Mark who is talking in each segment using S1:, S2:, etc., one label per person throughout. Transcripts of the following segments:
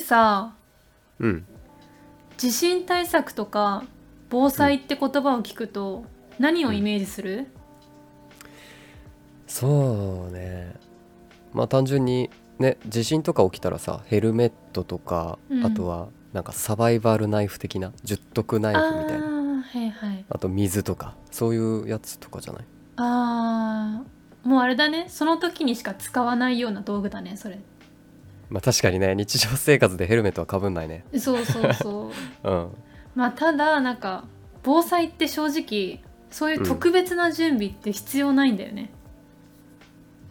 S1: さ
S2: うん
S1: 地震対策とか防災って言葉を聞くと何をイメージする、
S2: そうねまあ単純にね地震とか起きたらさヘルメットとか、
S1: うん
S2: あとはなんかサバイバルナイフ的な十徳ナイ
S1: あ
S2: フみたいな
S1: あはいはい
S2: あと水とかそういうやつとかじゃない
S1: あーもうあれだねその時にしか使わないような道具だねそれ
S2: まあ確かにね日常生活でヘルメットはかぶんないね
S1: そうそうそう
S2: うん
S1: まあただなんか防災って正直そういう特別な準備って必要ないんだよね、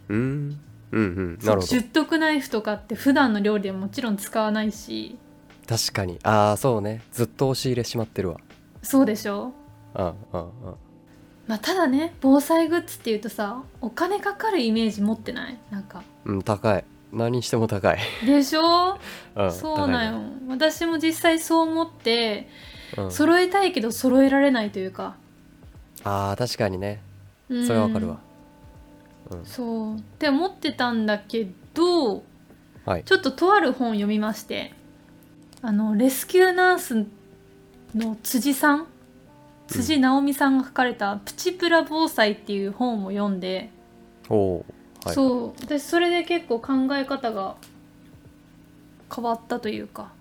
S2: うんうんうんなるほど
S1: 十徳ナイフとかって普段の料理でももちろん使わないし
S2: 確かにああそうねずっと押し入れしまってるわ
S1: そうでしょ
S2: うんうんうん
S1: まあただね防災グッズっていうとさお金かかるイメージ持ってないなんか
S2: うん高い何にしても高い、
S1: でしょ
S2: うん、
S1: そうなんよ、私も実際そう思って
S2: 高いね、うん、
S1: 揃えたいけど揃えられないというか、
S2: ああ確かにね
S1: うん
S2: それはわかるわ、うん
S1: そうって思ってたんだけど
S2: はい
S1: ちょっととある本読みましてあのレスキューナースの辻さん辻直美さんが書かれた「プチプラ防災」っていう本を読んで、
S2: おおーはい
S1: そう私それで結構考え方が変わったというか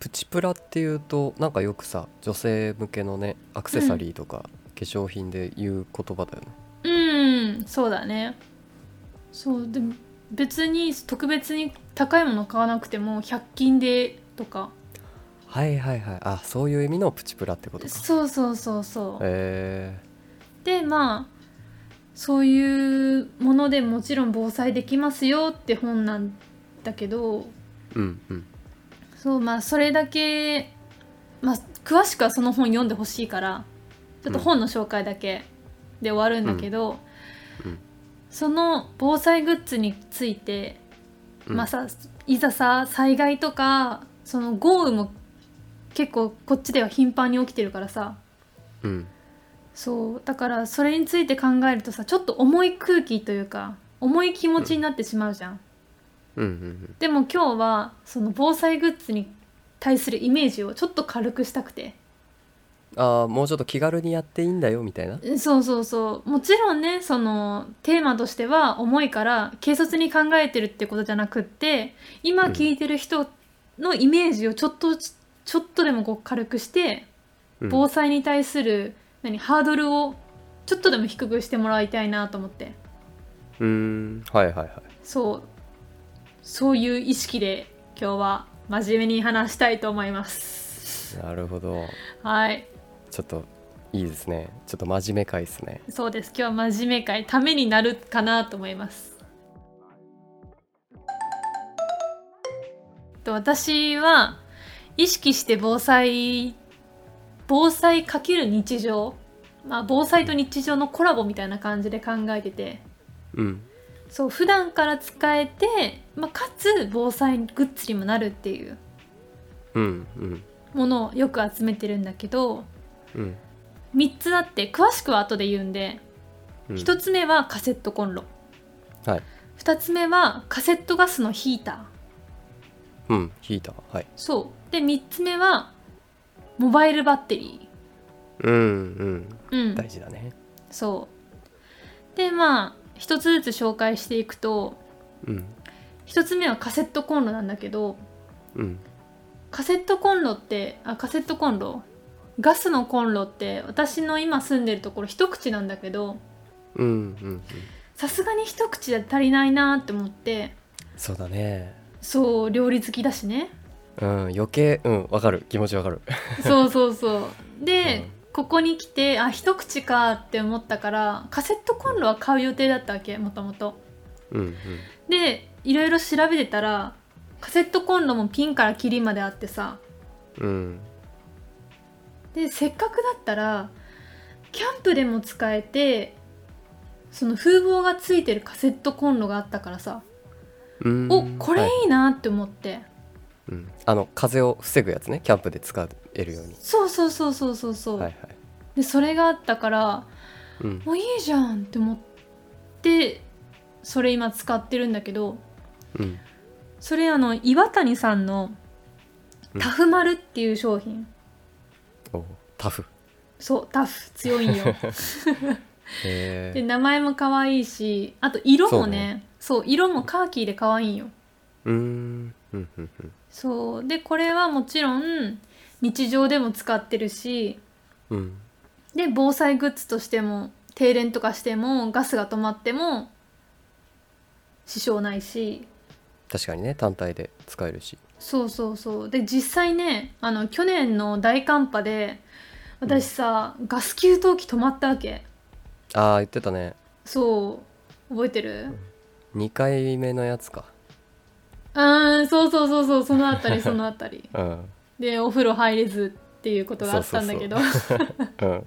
S2: プチプラっていうとなんかよくさ女性向けのねアクセサリーとか、化粧品で言う言葉だよね
S1: うんそうだねそうでも別に特別に高いもの買わなくても100均でとか
S2: はいはいはいあそういう意味のプチプラってことか
S1: そうそうそうそう
S2: え
S1: でまあそういうものでもちろん防災できますよって本なんだけど
S2: ー、うんうん
S1: そうまあそれだけ、まあ、詳しくはその本読んでほしいからちょっと本の紹介だけで終わるんだけど、
S2: うんうん
S1: その防災グッズについて、
S2: うん
S1: まあさいざさ災害とかその豪雨も結構こっちでは頻繁に起きてるからさ
S2: うん
S1: そうだからそれについて考えるとさちょっと重い空気というか重い気持ちになってしまうじゃん
S2: うんうん
S1: でも今日はその防災グッズに対するイメージをちょっと軽くしたくて
S2: うんあーもうちょっと気軽にやっていいんだよみたいな
S1: うんそうそうそうもちろんねそのテーマとしては重いから軽率に考えてるってことじゃなくって今
S2: うん
S1: 聞いてる人のイメージをちょっとずつちょっとでもこう軽くして
S2: うん
S1: 防災に対する何ハードルをちょっとでも低くしてもらいたいなと思って
S2: うーんはいはいはい
S1: そうそういう意識で今日は真面目に話したいと思います。
S2: なるほど
S1: はい
S2: ちょっといいですねちょっと真面目かいですね
S1: そうです今日は真面目会ためになるかなと思いますと私は意識して防災防災×日常、まあ、防災と日常のコラボみたいな感じで考えてて
S2: うん
S1: そう普段から使えて、まあ、かつ防災グッズにもなるっていう
S2: うんうん
S1: ものをよく集めてるんだけど
S2: うん
S1: 3つあって詳しくは後で言うんで
S2: うん
S1: 1つ目はカセットコンロ
S2: はい
S1: 2つ目はカセットガスのヒーター
S2: うんヒーターはい
S1: そうで3つ目はモバイルバッテリ
S2: うんうん
S1: ーうん
S2: 大事だね
S1: そうでまあ1つずつ紹介していくと
S2: うん
S1: 1つ目はカセットコンロなんだけど
S2: うん
S1: カセットコンロってあカセットコンロガスのコンロって私の今住んでるところ一口なんだけど
S2: うんうん
S1: さすがに一口じゃ足りないなって思って
S2: そうだね
S1: そう料理好きだしね
S2: うん余計うんわかる気持ちわかる
S1: そうそうそうで、
S2: うん
S1: ここに来てあ一口かって思ったからカセットコンロは買う予定だったわけもともと
S2: うん
S1: でいろいろ調べてたらカセットコンロもピンからキリまであってさ
S2: うんうん
S1: でせっかくだったらキャンプでも使えてその風防がついてるカセットコンロがあったからさ、
S2: うん
S1: おこれ
S2: はい
S1: いなって思って、
S2: うん、あの風邪を防ぐやつねキャンプで使えるように
S1: そうそうそうそうそうそう、
S2: はいはい
S1: でそれがあったから
S2: うん
S1: もういいじゃんって思ってそれ今使ってるんだけど
S2: うん
S1: それあの岩谷さんの
S2: うん
S1: タフマルっていう商品、
S2: おうタフ
S1: そうタフ強いん よ
S2: へ
S1: で
S2: え
S1: 名前も可愛いしあと色も
S2: そう
S1: ね
S2: ね
S1: そう色もカーキーで可愛いんよ
S2: うーんうんうんうん
S1: そうでこれはもちろん日常でも使ってるし
S2: うん
S1: で防災グッズとしても停電とかしてもガスが止まっても支障ないし
S2: 確かにね単体で使えるし
S1: そうそうそうで実際ねあの去年の大寒波で私さ、ガス給湯器止まったわけ
S2: ああ言ってたね
S1: そう覚えてる
S2: 2回目のやつか
S1: うーんそうそうそうそうそのあたりそのあたり
S2: うん
S1: でお風呂入れずっていうことがあったんだけど
S2: うん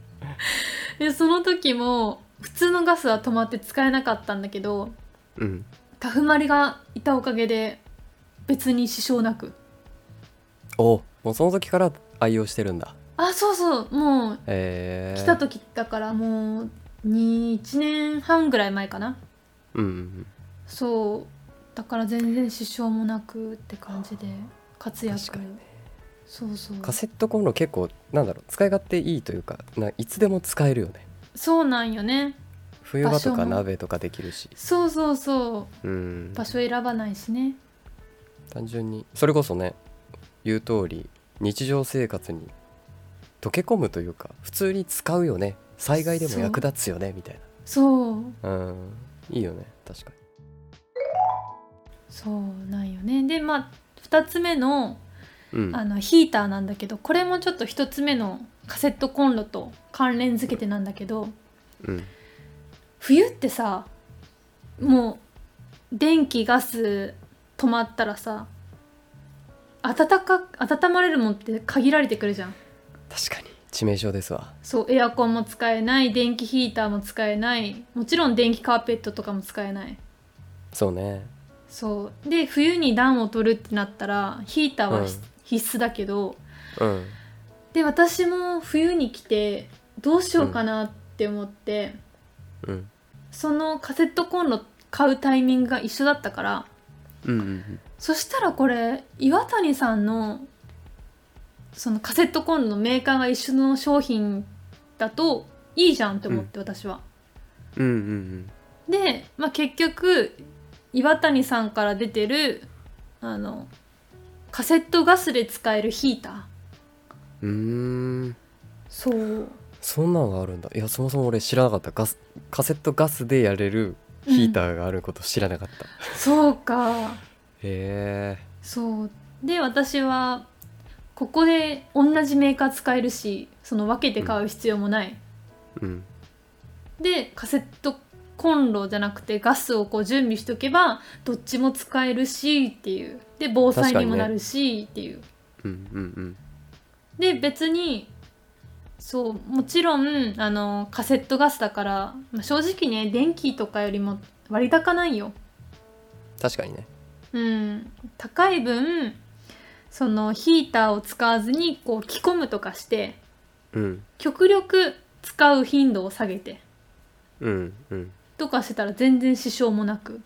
S1: でその時も普通のガスは止まって使えなかったんだけど
S2: うん
S1: タフマリがいたおかげで別に支障なく
S2: おうもうその時から愛用してるんだ
S1: あそうそうもう
S2: へえ
S1: 来た時だからもう1年半ぐらい前かな
S2: うんうん
S1: そうだから全然支障もなくって感じで活躍
S2: 確かに
S1: そうそう
S2: うんカセットコンロ結構なんだろう使い勝手いいというかないつでも使えるよね
S1: そうなんよね
S2: 冬場と
S1: 場所
S2: か
S1: も
S2: 鍋とかできるし
S1: そうそうそううん場所選ばないしね
S2: 単純にそれこそね言う通り日常生活に溶け込むというか普通に使うよね災害でも役立つよねみたい
S1: そう
S2: なうんいいよね確か
S1: そうなんよねでまあ2つ目の
S2: にうん
S1: あのヒーターなんだけどこれもちょっと1つ目のカセットコンロと関連付けてなんだけど
S2: うん
S1: 冬ってさもう電気ガス止まったらさ暖か温まれるもんって限られてくるじゃん
S2: 確かに致命傷ですわ
S1: そうエアコンも使えない電気ヒーターも使えないもちろん電気カーペットとかも使えない
S2: そうね
S1: そうで冬に暖を取るってなったらヒーターは必
S2: うん
S1: 必須だけど、
S2: うん
S1: で私も冬に来てどうしようかなって思って、
S2: うん
S1: そのカセットコンロ買うタイミングが一緒だったから
S2: うんうん
S1: そしたらこれ岩谷さんのそのカセットコンロのメーカーが一緒の商品だといいじゃんって思って私は。
S2: うんうん
S1: で、まあ、結局岩谷さんから出てるあのカセットガスで使えるヒーター
S2: うんうん
S1: そう
S2: そんなんがあるんだいやそもそも俺知らなかったガスカセットガスでやれるヒーターがあること知らなかった、
S1: そうか
S2: へえ
S1: そうで私はここで同じメーカー使えるしその分けて買う必要もない、
S2: うん
S1: でカセットコンロじゃなくてガスをこう準備しとけばどっちも使えるしっていうで防災にもなるしっていう、
S2: うんうんうん
S1: で別にそうもちろんあのカセットガスだから、まあ正直ね電気とかよりも割高ないよ
S2: 確かにね
S1: うん、高い分そのヒーターを使わずにこう着込むとかして
S2: うん
S1: 極力使う頻度を下げて
S2: うんうん
S1: とかしてたら全然支障もなく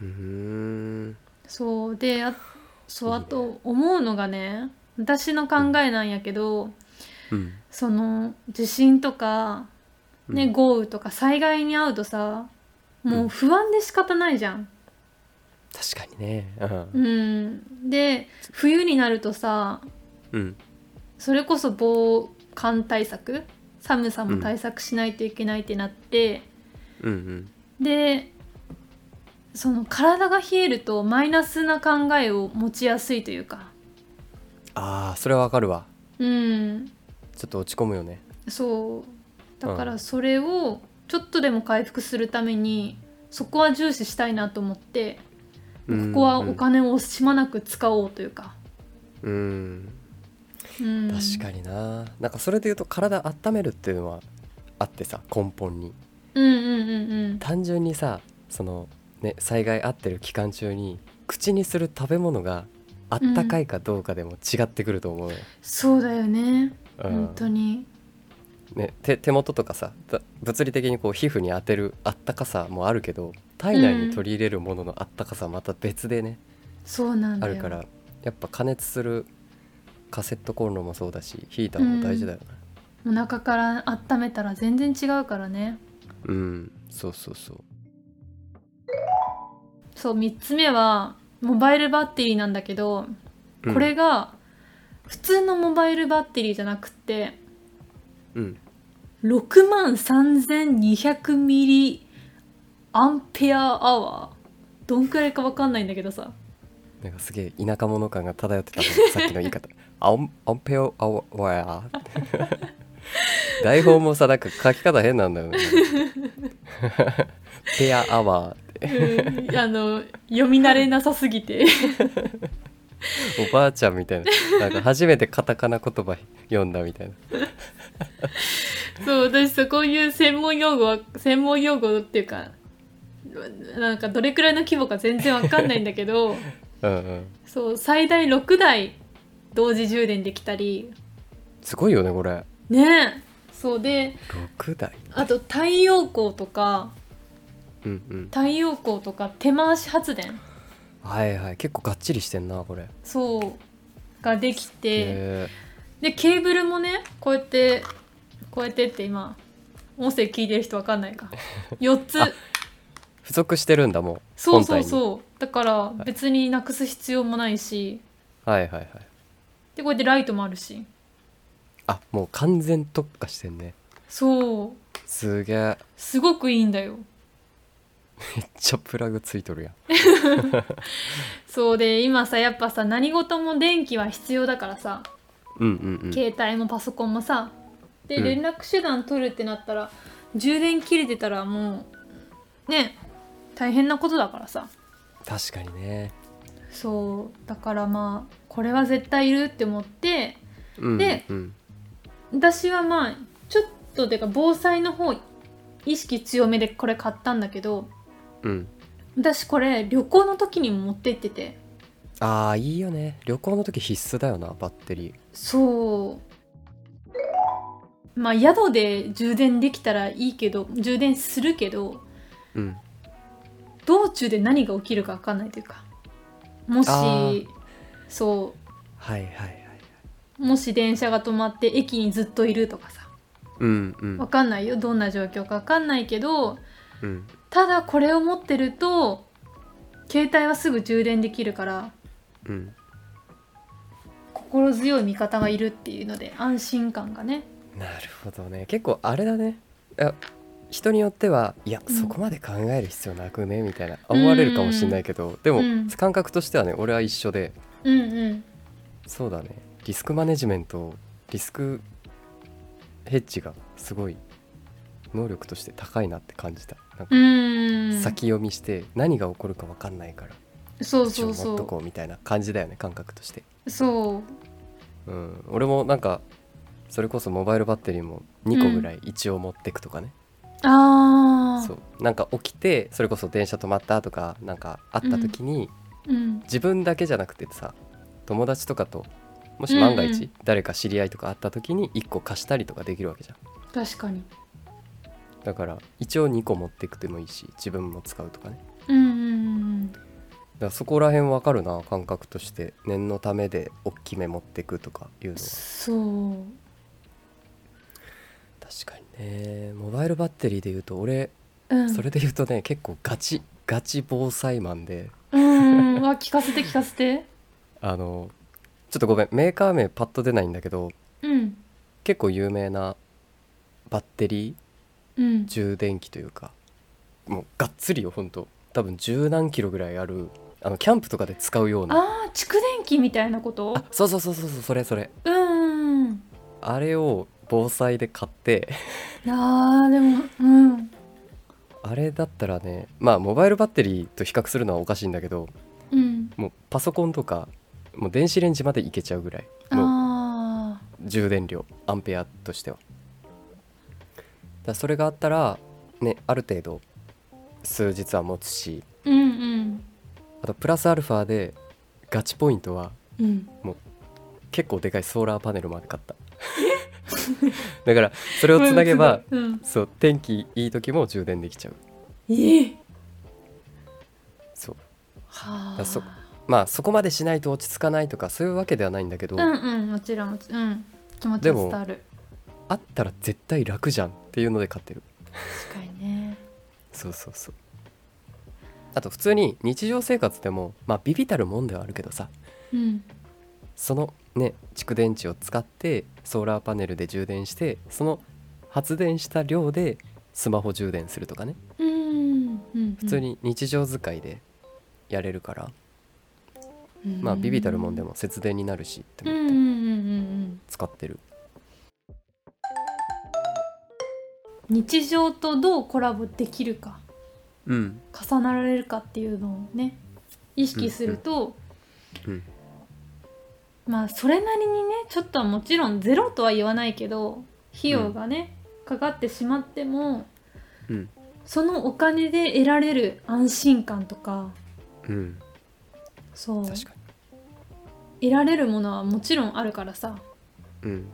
S2: うーん
S1: そうであそう
S2: いい
S1: あ
S2: ね
S1: と思うのがね私の考えなんやけど
S2: うん
S1: その地震とか、ね
S2: うん
S1: 豪雨とか災害に遭うとさもう不安で仕方ないじゃん。
S2: 確かにねうん
S1: うん、で冬になるとさ
S2: うん
S1: それこそ防寒対策寒さも対策しないといけないってなって、
S2: うんうん
S1: でその体が冷えるとマイナスな考えを持ちやすいというか
S2: ああそれはわかるわ
S1: うん
S2: ちょっと落ち込むよね
S1: そうだか
S2: う
S1: ら
S2: ん
S1: それをちょっとでも回復するためにそこは重視したいなと思ってこ
S2: うん
S1: こはお金を惜しまなく使おうというか、
S2: うん
S1: うん、
S2: 確かにななんかそれで言うと体温めるっていうのはあってさ根本に
S1: にうんうんうんうん
S2: 単純にさそのね災害あってる期間中に口にする食べ物があったかいかどうかでも違ってくると思うよ、
S1: そうだよね、
S2: うん
S1: 本当に
S2: ね、手手元とかさだ物理的にこう皮膚に当てるあったかさもあるけど体内に取り入れるもののあったかさはまた別でね、
S1: そうなん
S2: あ
S1: だよ
S2: るからやっぱ加熱するカセットコンロもそうだしヒーターも大事だよね
S1: お腹から温めたら全然違うからね
S2: うん、そうそうそう
S1: そう3つ目はモバイルバッテリーなんだけど
S2: うん
S1: これが普通のモバイルバッテリーじゃなくって
S2: うん
S1: 6万3200ミリアンペアアワーどんくらいかわかんないんだけどさ
S2: なんかすげえ田舎者感が漂ってたもんさっきの言い方 アンアンペアアワー 台本もさなんか書き方変なんだよね ペアアワー
S1: うんあの読み慣れなさすぎて
S2: おばあちゃんみたいななんか初めてカタカナ言葉読んだみたいな
S1: そう私そうこういう専門用語は専門用語っていうかなんかどれくらいの規模か全然わかんないんだけ ど
S2: うんうん
S1: そう最大6台同時充電できたり
S2: すごいよねこれ
S1: ねそうで
S2: 6台
S1: あと太陽光とか
S2: うんうん
S1: 太陽光とか手回し発電
S2: はいはい結構がっちりしてんなこれへ
S1: そうができて
S2: え
S1: でケーブルもねこうやってこうやってって今音声聞いてる人わかん ないか4つ
S2: あ付属してるんだもう
S1: そうそう
S2: う
S1: そうだから
S2: い
S1: 別になくす必要もないし
S2: はいはいはい
S1: でこうやってライトもあるし
S2: あもう完全特化してんね
S1: そう
S2: すげえ
S1: すごくいいんだよ
S2: めっちゃプラグついとるやん
S1: そうで今さやっぱさ何事も電気は必要だからさ
S2: うんうんうん
S1: 携帯もパソコンもさで
S2: うん
S1: 連絡手段取るってなったら、充電切れてたらもうね大変なことだからさ
S2: 確かにね、
S1: そうだからまあこれは絶対いるって思って
S2: うん、
S1: で
S2: うん、
S1: 私はまあちょっとてか防災の方意識強めでこれ買ったんだけど
S2: うん、
S1: 私これ旅行の時にも持ってってて
S2: ああいいよね旅行の時必須だよなバッテリー
S1: そうまあ宿で充電できたらいいけど充電するけど
S2: うん
S1: 道中で何が起きるか分かんないというかも
S2: あ
S1: し
S2: ー
S1: そ
S2: はいはいはいはいう
S1: もし電車が止まって駅にずっといるとかさ
S2: うんうん
S1: 分かんないよどんな状況か分かんないけど
S2: うん
S1: ただこれを持ってると携帯はすぐ充電できるから
S2: うん
S1: 心強い味方がいるっていうので安心感がね
S2: なるほどね結構あれだねあ人によってはいや、
S1: うん
S2: そこまで考える必要なくねみたいな思われるかもしれないけど、でも、
S1: うん
S2: 感覚としてはね俺は一緒で
S1: うんうん
S2: そうだねリスクマネジメントリスクヘッジがすごい能力として高いなって感じたなん
S1: う
S2: か
S1: ーん
S2: 先読みして何が起こるか分かんないから
S1: そう
S2: 一応
S1: そう
S2: 持っと
S1: そ
S2: こうみたいな感じだよね感覚として、
S1: うそう
S2: うん、俺もなんかそれこそモバイルバッテリーも2個ぐらい一応持ってくとかね、
S1: ああ
S2: そうなんか起きてそれこそ電車止まったとかなんかあった時
S1: う
S2: に、
S1: ん
S2: 自分だけじゃなくてさ友達とかともし万が
S1: うんう
S2: 一
S1: ん
S2: 誰か知り合いとかあった時に1個貸したりとかできるわけじゃん
S1: 確かに
S2: だから一応2個持ってくてもいいし自分も使うとかね
S1: うんうん
S2: だからそこら辺わかるな感覚として念のためで大きめ持ってくとかいうの
S1: うん
S2: は
S1: そう
S2: 確かにねモバイルバッテリーで言うと俺
S1: うん
S2: それで言うとね結構ガチガチ防災マンで
S1: うんうんわ聞かせて聞かせて
S2: あのちょっとごめんメーカー名パッと出ないんだけど
S1: うん
S2: 結構有名なバッテリー
S1: うん
S2: 充電器というかもうがっつりよほんと多分十何キロぐらいあるあのキャンプとかで使うような
S1: ああ蓄電器みたいなこと
S2: あそうそうそうそうそうそれそれ
S1: うんうん
S2: あれを防災で買って
S1: あーでもうん
S2: あれだったらねまあモバイルバッテリーと比較するのはおかしいんだけど
S1: うん
S2: もうパソコンとかもう電子レンジまでいけちゃうぐらいの
S1: ああ
S2: 充電量アンペアとしてはだからそれがあったらねある程度数日は持つし
S1: うん
S2: あとプラスアルファでガチポイントは
S1: うんうん
S2: 結構でかいソーラーパネルまで買っただからそれをつなげば
S1: うん
S2: そう天気いい時も充電できちゃう
S1: えは
S2: だそまあそこまでしないと落ち着かないとかそういうわけではないんだけど、
S1: うんうんもちろんもちろん、うん、気持ち
S2: で
S1: は
S2: も
S1: 伝わる
S2: あったら絶対楽じゃんっていうので買ってる
S1: 確かにね
S2: そうそうそうあと普通に日常生活でもまあビビたるもんではあるけどさ
S1: うん
S2: そのね蓄電池を使ってソーラーパネルで充電してその発電した量でスマホ充電するとかね
S1: うんうん
S2: 普通に日常使いでやれるから、
S1: うん
S2: まあビビたるもんでも節電になるしって
S1: う
S2: 思
S1: んうん
S2: って
S1: うんうん
S2: 使ってる、
S1: うん日常とどうコラボできるか
S2: うん
S1: 重なられるかっていうのをね意識すると、
S2: うん
S1: まあそれなりにねちょっとはもちろんゼロとは言わないけど費用がね、かかってしまっても
S2: うん
S1: そのお金で得られる安心感とか
S2: うん
S1: そう
S2: 確か
S1: 得られるものはもちろんあるからさ
S2: にうん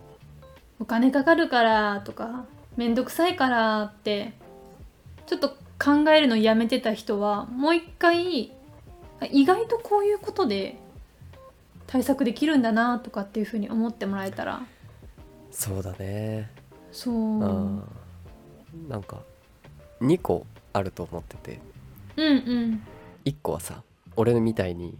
S1: お金かかるからとかめんどくさいからってちょっと考えるのやめてた人はもう一回あ意外とこういうことで対策できるんだなとかっていうふうに思ってもらえたら
S2: そうだね
S1: そうう、
S2: んなんか2個あると思ってて
S1: うんうん
S2: 1個はさ俺みたいに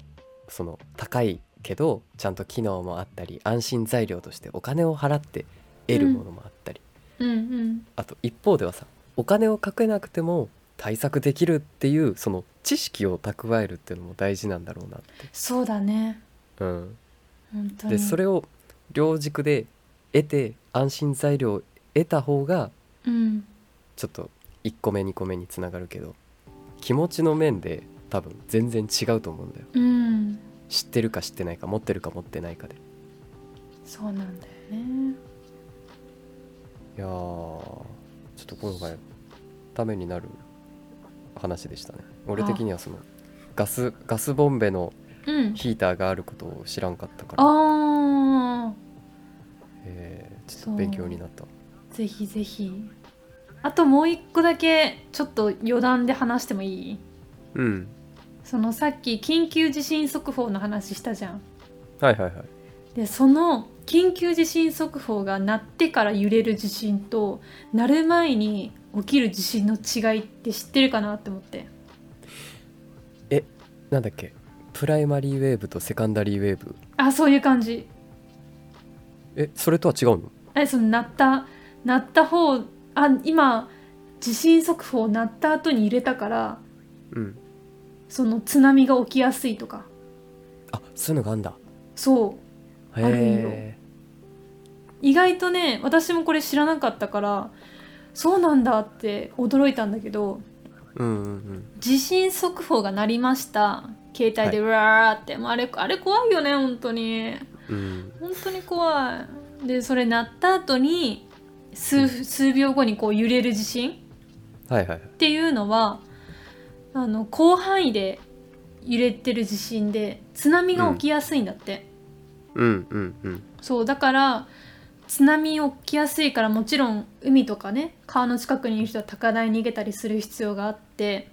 S2: その高いけどちゃんと機能もあったり安心材料としてお金を払って得るものもあったり、
S1: うんうん
S2: あと一方ではさお金をかけなくても対策できるっていうその知識を蓄えるっていうのも大事なんだろうなって、
S1: そうだね
S2: うん、
S1: 本当に
S2: でそれを両軸で得て安心材料を得た方が
S1: うん
S2: ちょっと1個目2個目につながるけど気持ちの面で多分全然違うと思うんだよ
S1: うん
S2: 知ってるか知ってないか持ってるか持ってないかで
S1: そうなんだよね
S2: いやーちょっと今回ためになる話でしたね俺的にはそのガスガスボンベの
S1: うん
S2: ヒーターがあることを知らんかったから、
S1: ああ
S2: えーちょ
S1: そ
S2: っ
S1: う
S2: と勉強になった
S1: ぜひぜひあともう一個だけちょっと余談で話してもいい
S2: うん
S1: そのさっき緊急地震速報の話したじゃん
S2: はいはいはい
S1: でその緊急地震速報が鳴ってから揺れる地震と鳴る前に起きる地震の違いって知ってるかなって思って
S2: なんだっけプライマリーウェーブとセカンダリーウェーブ
S1: あそういう感じ
S2: えそれとは違うの
S1: あその鳴った鳴った方あ今地震速報鳴った後に揺れたから
S2: うん
S1: その津波が起きやすいとか
S2: あそういうのがあんだ
S1: そう
S2: へ
S1: るんよ
S2: え
S1: 意外とね私もこれ知らなかったからそうなんだって驚いたんだけど
S2: うんうんうん
S1: 地震速報が鳴りました携帯でうわーって、もうあれあれ怖いよね本当に
S2: うん
S1: 本当に怖いでそれ鳴った後に数数秒後にこう揺れる地震
S2: はいはいはい
S1: っていうのはあの広範囲で揺れてる地震で津波が起きやすいんだって、
S2: うんうんうん
S1: そうだから津波起きやすいからもちろん海とかね川の近くにいる人は高台に逃げたりする必要があって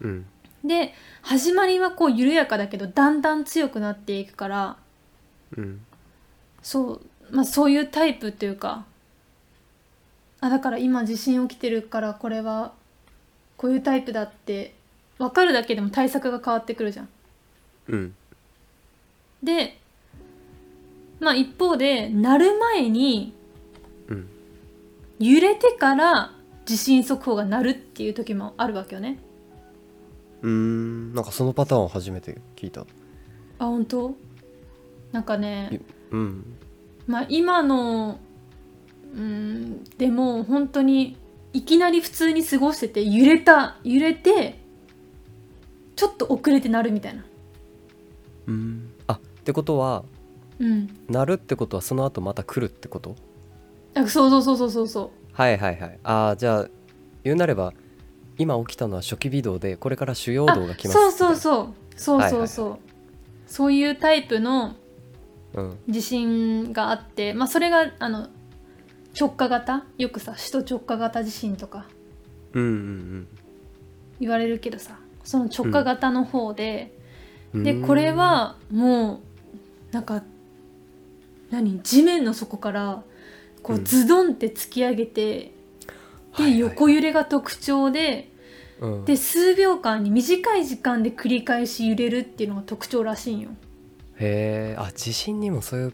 S2: うん
S1: で始まりはこう緩やかだけどだんだん強くなっていくから
S2: うん
S1: そう,、まあ、そういうタイプというかあだから今地震起きてるからこれはこういうタイプだって分かるだけでも対策が変わってくるじゃん。
S2: うん
S1: でまあ一方で鳴る前に
S2: うん
S1: 揺れてから地震速報が鳴るっていう時もあるわけよね
S2: うーんなんかそのパターンを初めて聞いた
S1: あ本当なんかね
S2: ゆうん
S1: まあ今のうんでも本当にいきなり普通に過ごしてて揺れた揺れてちょっと遅れて鳴るみたいな
S2: うんあってことは
S1: うん
S2: 鳴るってことはその後また来るってこと
S1: あそうそうそうそうそうそ
S2: はいはいはいああじゃあ言うなれば今起きたのは初期微動でこれから主要動が
S1: う
S2: 来ます
S1: そうそうそうそうそうそう、そういうタイプの
S2: う、うん、
S1: 地震があって、まあ、それがあの直下型よくさ首都直下型地震とか
S2: うんうん
S1: 言われるけどさその直下型の方で、でこれはもうなんか何地面の底からこ
S2: う
S1: うんズドンって突き上げて、で横揺れが特徴でで
S2: で
S1: 数秒間に短い時間で繰り返し揺れるっていうのが特徴らしいんよ。
S2: へえあ地震にもそういう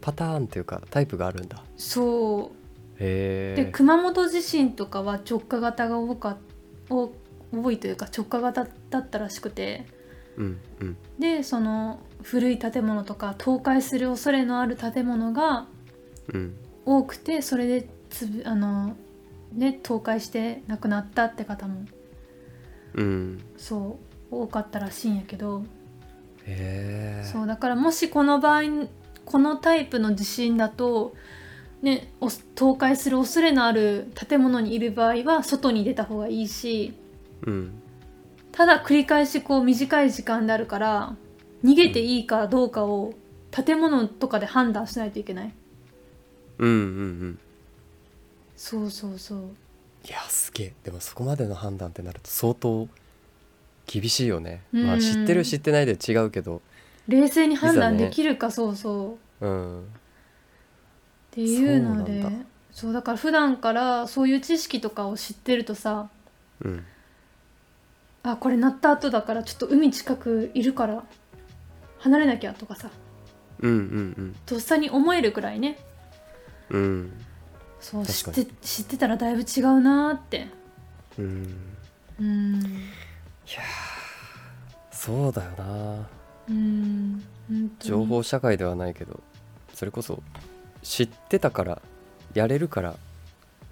S2: パターンというかタイプがあるんだ
S1: そう
S2: へ
S1: で
S2: え
S1: 熊本地震とかは直下型が多か多多いというか直下型だったらしくて
S2: うんうん
S1: でその古い建物とか倒壊する恐れのある建物が
S2: うん
S1: 多くてそれでつぶあの、ね、倒壊して亡くなったって方も
S2: うん
S1: そう多かったらしいんやけど、
S2: へえ
S1: そうだからもしこの場合このタイプの地震だと、ね、お倒壊する恐れのある建物にいる場合は外に出た方がいいし。
S2: うん
S1: ただ繰り返しこう短い時間であるから逃げていいかどうかを建物とかで判断しないといけない
S2: うんうんうん
S1: そうそうそう
S2: いやすげえでもそこまでの判断ってなると相当厳しいよね、
S1: うん
S2: まあ知ってる知ってないで違うけど
S1: 冷静に判断
S2: いざね
S1: できるか、そうそうっ
S2: うん
S1: ていうので
S2: そ
S1: そうう
S2: な
S1: だ
S2: ん
S1: から普段からそういう知識とかを知ってるとさ
S2: うん
S1: あこれ鳴った後だからちょっと海近くいるから離れなきゃとかさ
S2: うんうん
S1: とっさに思えるくらいね
S2: うんうん
S1: そう
S2: 確
S1: 知
S2: か
S1: っ
S2: に
S1: て知ってたらだいぶ違うなーって
S2: うん
S1: うん
S2: そうだよな
S1: うん本当に
S2: 情報社会ではないけどそれこそ知ってたからやれるから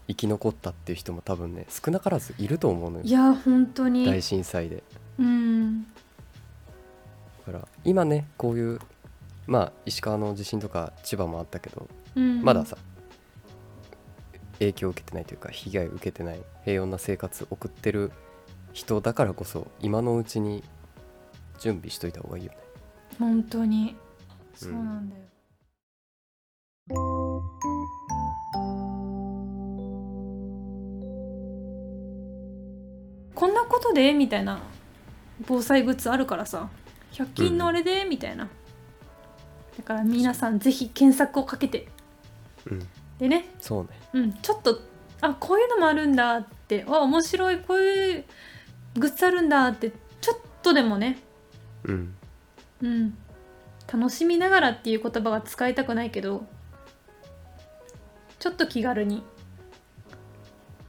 S2: 生き残ったっていう人も多分ね少なからずいると思うの
S1: い
S2: よ
S1: や本当に
S2: 大震災で
S1: うん
S2: だから今ねこういうまあ石川の地震とか千葉もあったけど
S1: うん、
S2: まださ影響を受けてないというか被害を受けてない平穏な生活を送ってる人だからこそ今のうちに準備しといた方がいいよね。
S1: 本当にそうなんだよ、こんなことでみたいな防災グッズあるからさ100均のあれで、みたいなだから皆さんぜひ検索をかけて
S2: うん、
S1: でね
S2: そうね。
S1: うん、ちょっとあこういうのもあるんだってわ面白いこういうグッズあるんだってちょっとでもね、
S2: うん、
S1: うん、楽しみながらっていう言葉が使いたくないけどちょっと気軽に
S2: い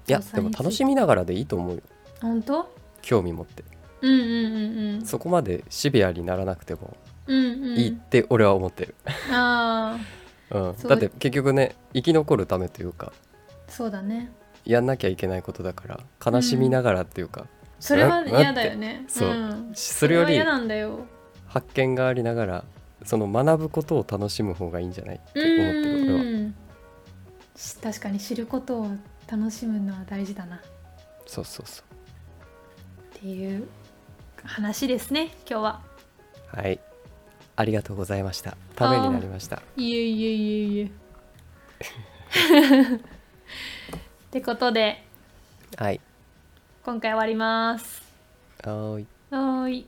S2: や
S1: 防災
S2: でも
S1: について
S2: 楽しみながらでいいと思うよ
S1: 本当
S2: 興味持って
S1: うんうんうん
S2: そこまでシビアにならなくても
S1: うんうんうん
S2: いいって俺は思ってる、
S1: ああ
S2: うん、
S1: そう
S2: だって結局ね生き残るためというか
S1: そうだね
S2: やんなきゃいけないことだから悲しみながらっていうか、
S1: それは
S2: な
S1: 嫌だよね、
S2: そうんそれよ
S1: は
S2: り
S1: 嫌なんだよ
S2: 発見がありながらその学ぶことを楽しむ方がいいんじゃないって
S1: う
S2: 思ってる俺は
S1: んし確かに知ることを楽しむのは大事だな
S2: そうそうそ
S1: っていう話ですね今日は
S2: うはいありがとうございましたためになりました
S1: いえいえい えいえってことで
S2: はい
S1: 今回終わります
S2: はーい
S1: はーい